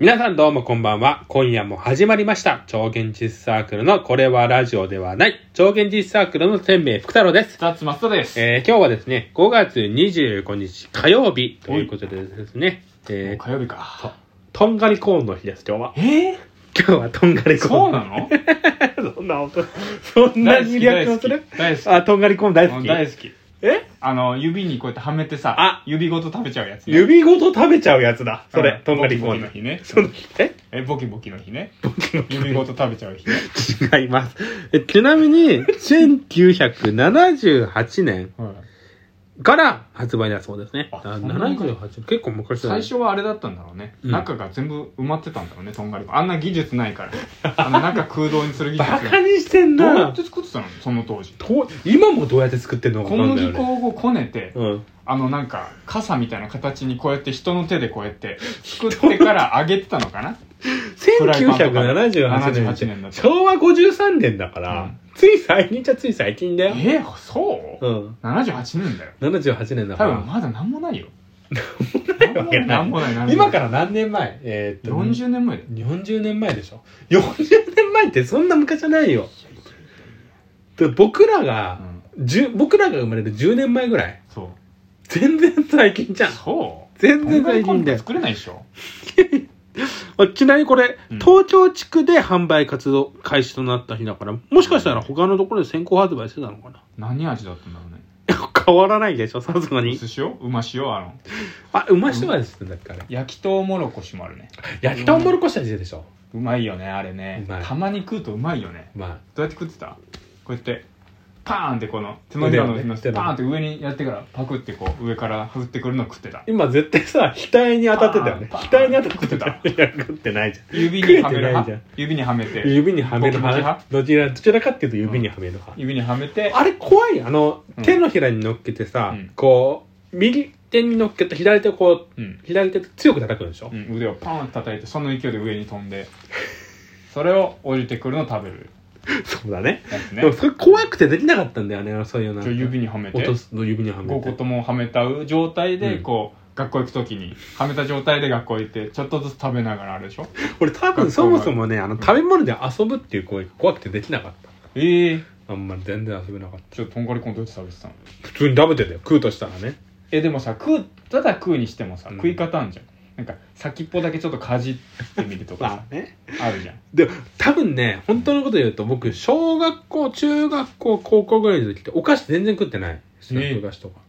皆さんどうもこんばんは。今夜も始まりました。超現実サークルのこれはラジオではない。超現実サークルの天命福太郎です。ザッツマストです。えー今日はですね、5月25日火曜日ということでですね、もうえー火曜日か。とんがりコーンの日です、今日は。えー、今日はとんがりコーン。そうな ののそんな音、そんな大好にき、リアクション大好すきる。大好き。あ、とんがりコーン大う好んき。大好き。えあの、指にこうやってはめてさ、あ指ごと食べちゃうやつね、指ごと食べちゃうやつだ。それ、うんとんがりコーンボキボキの日ね。その日、ええ、ボキボキの日ね。指ごと食べちゃう日ね。 違います。えちなみに、1978年うんから発売だそうですね。ああそんなに78年、結構昔だ最ね初はあれだったんだろうね、うん中が全部埋まってたんだろうね、とんがりコーンあんな技術ないから。 あの中空洞にする技バ術カが。にしてんどうやなって作ってたのその当時。と今もどうやって作ってんのか小分かんないよ麦ね。粉をこねて、うん。あのなんか傘みたいな形にこうやって人の手でこうや って作ってから揚げてたのかなフライパンとか1978年78年だった昭和53年だから、うんつい最近じゃつい最近だよ。えー、そう、うん。 ?78 年だよ78年だか多分ら。まだ何もないよわけない何もない 何もない今から何年前えーっと、 40年前だよ40年前でしょ40年前ってそんな昔じゃないよで僕らが、10僕らが生まれる10年前ぐらいそ全然最近じゃうんそう全然最近だよ作れないでしょあちなみにこれ、うん東京地区で販売活動開始となった日だからもしかしたら他のところで先行発売してたのかな何味だったんだろうね 変わらないでしょさすがに寿司をうま塩あのあうましとはですねだから焼きとうもろこしもあるね焼きとうもろこし味でしょうまいよねあれねうまいたまに食うとうまいよねまどうやって食ってたこうやってパーンってこの手のひらの上に乗せて腕パをーンねって上にやってからパクってこう上から降ってくるの食っ てた今絶対さ額に当たってたよねパーン額に当たってたパ ーンいや食ってないじゃん指にはめ食えてないるじゃん派指にはめて指にはめるボキボキ派派どちらどちらかっていうと指にはめる派、指にはめてあれ怖いよあの、うん手のひらに乗っけてさ、うんこう右手に乗っけて左手をこうんう左手強く叩くんでしょ、うん腕をパーンって叩いてその勢いで上に飛んでそれを降りてくるのを食べるそうだねやつねでもそれ怖くてできなかったんだよねそういうなんじかゃあ指にはめて落とすの指にはめ5個てともはめた状態でうんこう学校行く時にはめた状態で学校行ってちょっとずつ食べながらあるでしょ俺多分そもそもねあの食べ物で遊ぶっていう行為が怖くてできなかっええー、たあんまり全然遊べなかったちょっととんがりコーンどうやって食べてたの普通に食べてたよ食うとしたらねえでもさ食うただ食うにしてもさうん食い方あんじゃん、なんか先っぽだけちょっとかじってみるとかさねあるじゃんで多分ね本当のこと言うと僕小学校中学校高校ぐらいの時ってお菓子全然食ってないですよえーふ菓子とか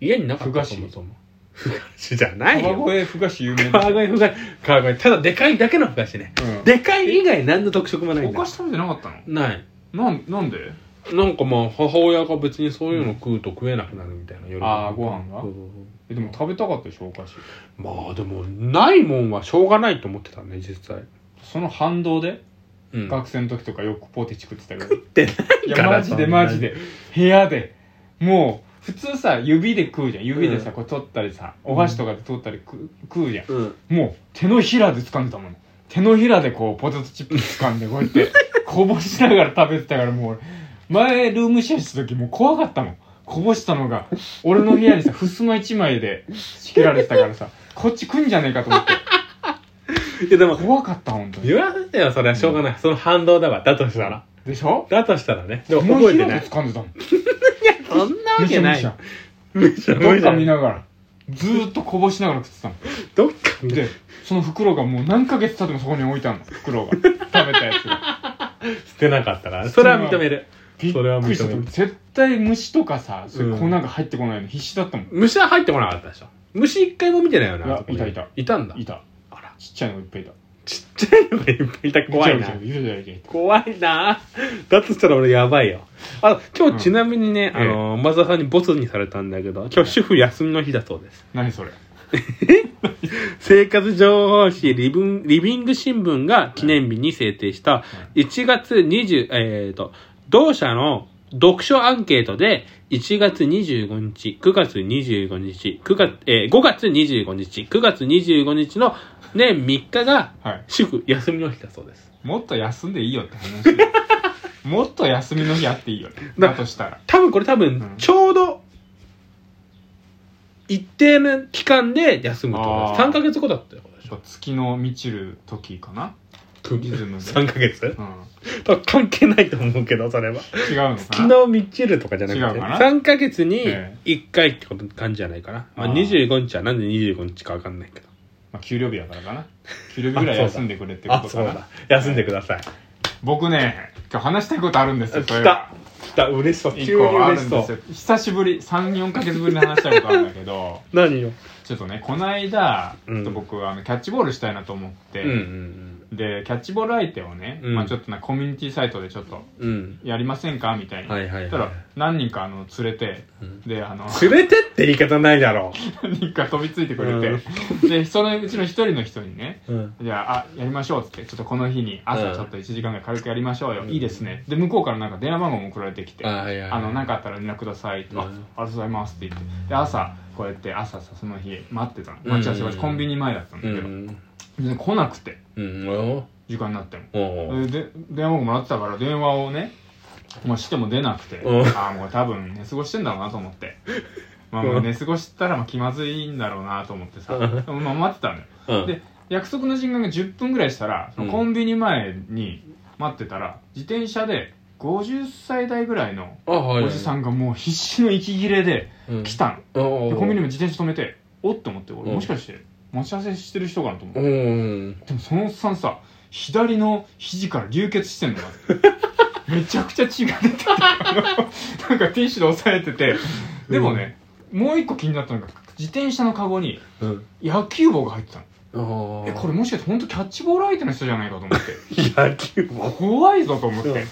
家になかっふた菓そ子もそもふ菓子じゃないよ川越ふ菓子有名だ川越ふ菓子川越ただでかいだけのふ菓子ねうんでかい以外何の特色もないんおだ菓子食べてなかったのないなんなんでなんかまあ母親が別にそういうの食うと食えなくなるみたいな、夜ああご飯がそうそうそうえでも食べたかったでしょお菓子まあでもないもんはしょうがないと思ってたね実際、その反動で、うん、学生の時とかよくポテチ食ってたけ どていかやらマジでそんなにマジで部屋でもう普通さ指で食うじゃん指でさ、うんこう取ったりさお箸とかで取ったり食う食うじゃんうんもう手のひらで掴んでたもん手のひらでこうポテトチップス掴んでこうやって こぼしながら食べてたからもう俺前ルームシェアした時もう怖かったもんこぼしたのが俺の部屋にさ襖一枚で仕切られてたからさこっち来んじゃねえかと思っていやでも怖かった本当に言わせてよそれはしょうがない、その反動だわだとしたらでしょだとしたらねでも手の覚えひてらなでい掴んでたもんそんなむしゃむしどっゃかどっか見見なながらずーっとこぼしながら食ってたもんどっか見なでその袋がもう何ヶ月経ってもそこに置いてあるの袋が食べたやつが捨てなかったからそれは認めるびっそれはくりした認める絶対虫とかさ、そううんこうなんか入ってこないの必死だったもん虫は入ってこなかったでしょ虫一回も見てないよいやなあそこにいたいたいたんだいたあらちっちゃいのいっぱいいたちっちゃいのがいっぱいいた怖いなぐちゃぐちゃぐちゃぐちゃぐちゃ怖いなだとしたら俺やばいよあ今日ちなみにね、うんあの松田さんにボツにされたんだけど今日主婦休みの日だそうです何それ生活情報誌リブンリビング新聞が記念日に制定した1月20、えー、と、同社の読書アンケートで1月25日、9月25日、9月、えー5月25日、9月25日の年3日がはい主婦休みの日だそうです。もっと休んでいいよっ て話もっと休みの日あっていいよだだとしたら多分これ多う分んちょうど一定の期間で休むってことであー す。3ヶ月後だったよ、これそう月の満ちる時かなリ ズムで3ヶ月うん多分関係ないと思うけどそれは違うのか昨な日みっちるとかじゃなく違うてかな3ヶ月にえ1回ってこと感じじゃないかな、まあ、あー25日はなんで25日か分かんないけどまあ給料日だからかな給料日ぐらい休んでくれってこあとそかうなだ休んでください僕ね今日話したいことあるんですよそれ来た来た嬉しそう一急に個あ嬉るしんそですよう久しぶり34か月ぶりに話したいことあるんだけど何よちょっとねこの間、うんちょっと僕あのキャッチボールしたいなと思って、うんうんでキャッチボール相手をね、うんまあ、ちょっとなコミュニティサイトでちょっとうんうんやりませんかみたいな、はいはいそしたはら何人かあの連れていうんであの 連れてって言い方ないだろ何人か飛びついてくれて、でそのうちの一人の人にねう、うん、じゃああやりましょうっつってちょっとこの日にう朝んちょっと1時間ぐらい軽くやりましょうよ、うんいいですねで向こうからなんか電話番号も送られてきて、はいはあの、なんかあったら連絡くださいって、うんあ、ありがとうございますって言って。で、朝、こうやって朝さ、その日、待ってたの。待ち合わせ場うん所、コンビニ前だったんだうけど、ん全然来なくて、うんお時間になっても。おおで、で電話番号もらってたから、電話をね、まあ、しても出なくて、うんああ、もう多分寝過ごしてんだろうなと思って。まあ、もう寝過ごしたらまあ気まずいんだろうなと思ってさ、うんでもまあ待ってたのよ。うんで約束の時間が10分ぐらいしたら、そのコンビニ前に待ってたら、自転車で50歳代ぐらいのあはいはいおじさんがもう必死の息切れでうん来たの、おおでコンビニも自転車止めておっと思って俺うんもしかして待ち合わせしてる人かなと思って、おおでもそのおっさんさ左の肘から流血して んのまずめちゃくちゃ血が出ててなんかティッシュで押さえててでもね、もう一個気になったのが自転車のカゴにうん野球帽が入ってたのおえこれもしかして本当キャッチボール相手の人じゃないかと思って野球も 怖いぞと思って、うん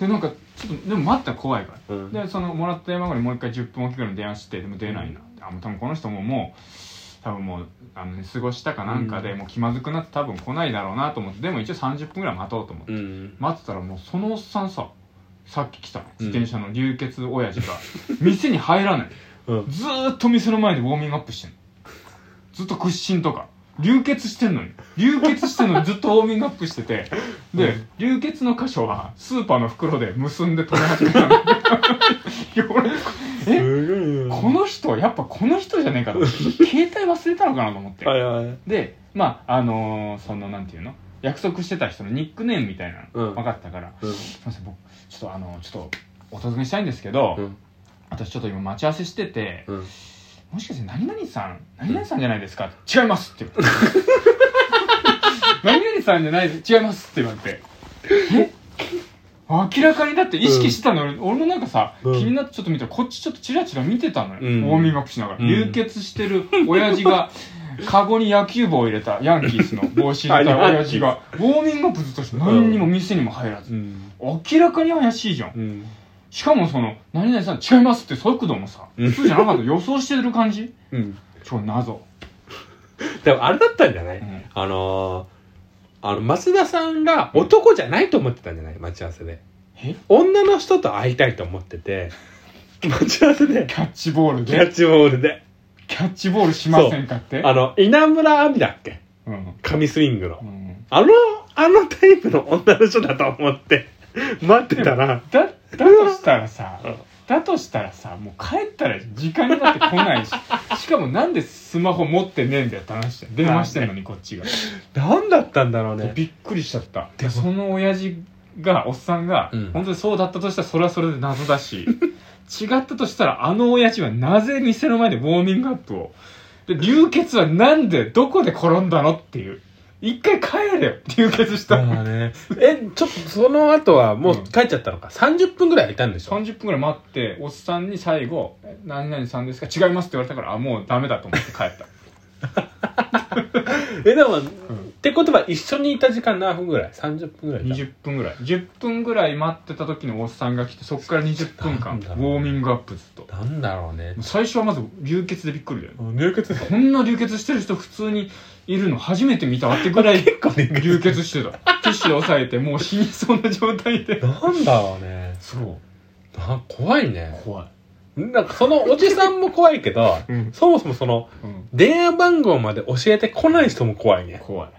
でなんかちょっとでも待ったら怖いからうんでそのもらった山後にもう一回10分おきぐらいに電話してでも出ないな、あもう多分この人ももう多分もうあの、ね、過ごしたかなんかで、うんもう気まずくなって多分来ないだろうなと思ってでも一応30分ぐらい待とうと思って、うん待ってたらもうそのおっさんささっき来たうん自転車の流血親父が、 店に入らないうんずーっと店の前でウォーミングアップしてんのずっと屈伸とか流血してんのに流血してんのにずっとウォーミングアップしてて で、流血の箇所はスーパーの袋で結んで止め始めたの いや俺えすごいなこの人やっぱこの人じゃねえかと思って携帯忘れたのかなと思ってはいはいでまああのーそのなんていうの約束してた人のニックネームみたいなうんの分かったから、うんすいません僕ちょっとあのちょっとお尋ねしたいんですけど、うん私ちょっと今待ち合わせしてて、うんもしかして何々さん何々さんじゃないですか、違います って言われて何々さんじゃない違いますって言われてえ明らかにだって意識してたの、俺俺もなんかさ、うん気になってちょっと見たらこっちちょっとチラチラ見てたのよ、うんウォーミングアップしながら、うん流血してる親父がカゴに野球帽を入れたヤンキースの帽子入れ た親父がウォーミングアップずっとして何にも店にも入らず、うん明らかに怪しいじゃんうんしかもその「何々さん違います」って速度もさうん普通じゃなかった予想してる感じうん超謎でもあれだったんじゃない、うんあのー、あの増田さんが男じゃないと思ってたんじゃない待ち合わせでえ女の人と会いたいと思ってて待ち合わせでキャッチボールキャでッチボールでキャッチボールしませんかってあの稲村亜美だっけうん神スイングうのんあのあのタイプの女の人だと思って待ってたらだだとしたらさうんだとしたらさもう帰ったらいいじゃん時間になって来ないししかもなんでスマホ持ってねえんだよって話じゃん電話してんのにこっちが何だったんだろうねびっくりしちゃったでもその親父がおっさんが、うん本当にそうだったとしたらそれはそれで謎だ し違ったとしたらあの親父はなぜ店の前でウォーミングアップをで流血はなんでどこで転んだのっていう一回帰れよ流血しただからねえちょっとその後はもう帰っちゃったのか、30分ぐらいいたんでしょ30分ぐらい待っておっさんに最後「え何々さんですか違います」って言われたからあもうダメだと思って帰ったえでも、ってことは一緒にいた時間何分ぐらい30分ぐらいいた20分ぐらい10分ぐらい待ってた時のおっさんが来てそっから20分間なウんだろうォーミングアップずっとなんだろうね最初はまず流血でびっくりだよね流血こんな流血してる人普通にいるの初めて見たわってぐらい結構流血流血してた。ティッシュで押さえてもう死にそうな状態で。なんだろうねそう。な怖いね怖い。なんかそのおじさんも怖いけどうん。そもそもそのうん。電話番号まで教えてこない人も怖いね怖い。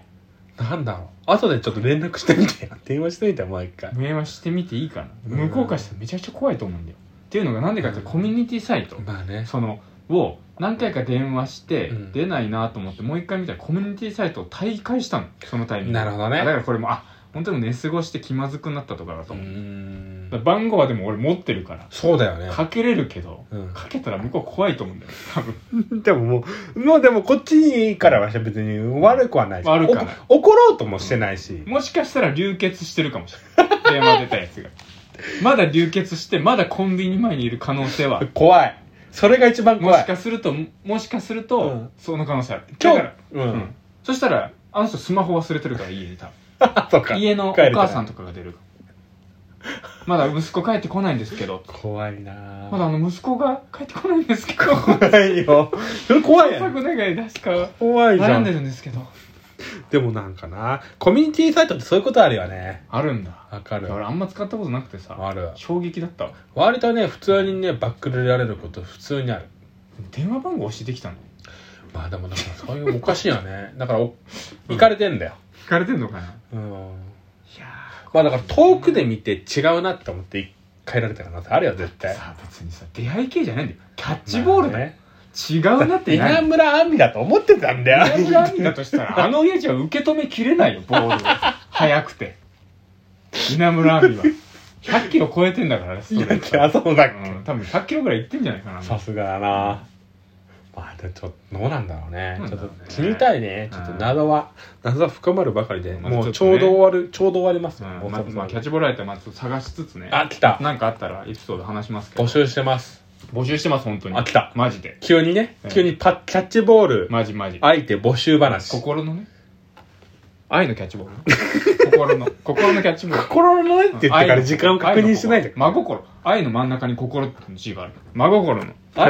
なんだろう後でちょっと連絡してみてよ電話してみてもう一回電話してみていいかな。うん向こうからしたらめちゃくちゃ怖いと思うんだよ。っていうのがなんでかってコミュニティサイト。まあねその、を何回か電話して、うん出ないなと思ってもう一回見たらコミュニティサイトを退会したのそのタイミングなるほどだね。からこれもあ本当に寝過ごして気まずくなったとかだとう思う、んだ。から番号はでも俺持ってるからそうだよね。かけれるけど、うんかけたら向こう怖いと思うんだよ多分でももう、もうでもこっちにからは別に悪くはないし悪くはないおこ怒ろうともしてないし。もしかしたら流血してるかもしれない電話出たやつが まだ流血してまだコンビニ前にいる可能性は怖い。それが一番も怖しい。かするともしかすると、うんその可能性ある今日だから、ううんん。そしたらあの人スマホ忘れてるから家に多分 そうか。家のお帰れてない母さんとかが出るまだ息子帰ってこないんですけど怖いなまだあの息子が帰ってこないんですけど怖いよ。それ怖いや作ん。お願い出すか怖いじ悩ゃんでん。るんですけどでもなんかな、コミュニティサイトってそういうことあるよね。あるんだわかる俺あんま使ったことなくてさある。衝撃だったわ割とね、普通にね、バックれられること普通にある。電話番号教えてきたのまあでもだからそういうおかしいよね。だからお、行かれてんだよ。聞かれてんのかないうん。やまあだから遠くで見て違うなって思って帰られた可能性あるよ、絶対。さあ別にさ出会い系じゃないんだよキャッチボールだよ、違うなって稲何村亜美だと思ってたんだよ。稲村亜美だとした らあの家じゃ受け止めきれないよボールを早くて稲村亜美は100キロ超えてんだからねストレートあ、そうだっうん、多分100キロぐらいいってんじゃないかなけ。さすがだな。まあ、でちょっと、どうなんだろうね。どうちょっなんだろとうね知りたいね。ちょっと謎は、謎は深まるばかりで、まあもうちちょょっうとねど終わる、ちょうど終わります。うんもうまそあろそろまあ、キャッチボール相手はまあちょっと探しつつねあ、来た。なんかあったらエピソード話しますけど募集してます。募集してます本当にあ来たマジで急にねうん、急にパッ、キャッチボール、マジマジ相手募集話。心のね愛のキャッチボール心の心のキャッチボール心のねって言ってから愛の時間を確認しないで愛の心真心愛の真ん中に心っていう字がある真心のあ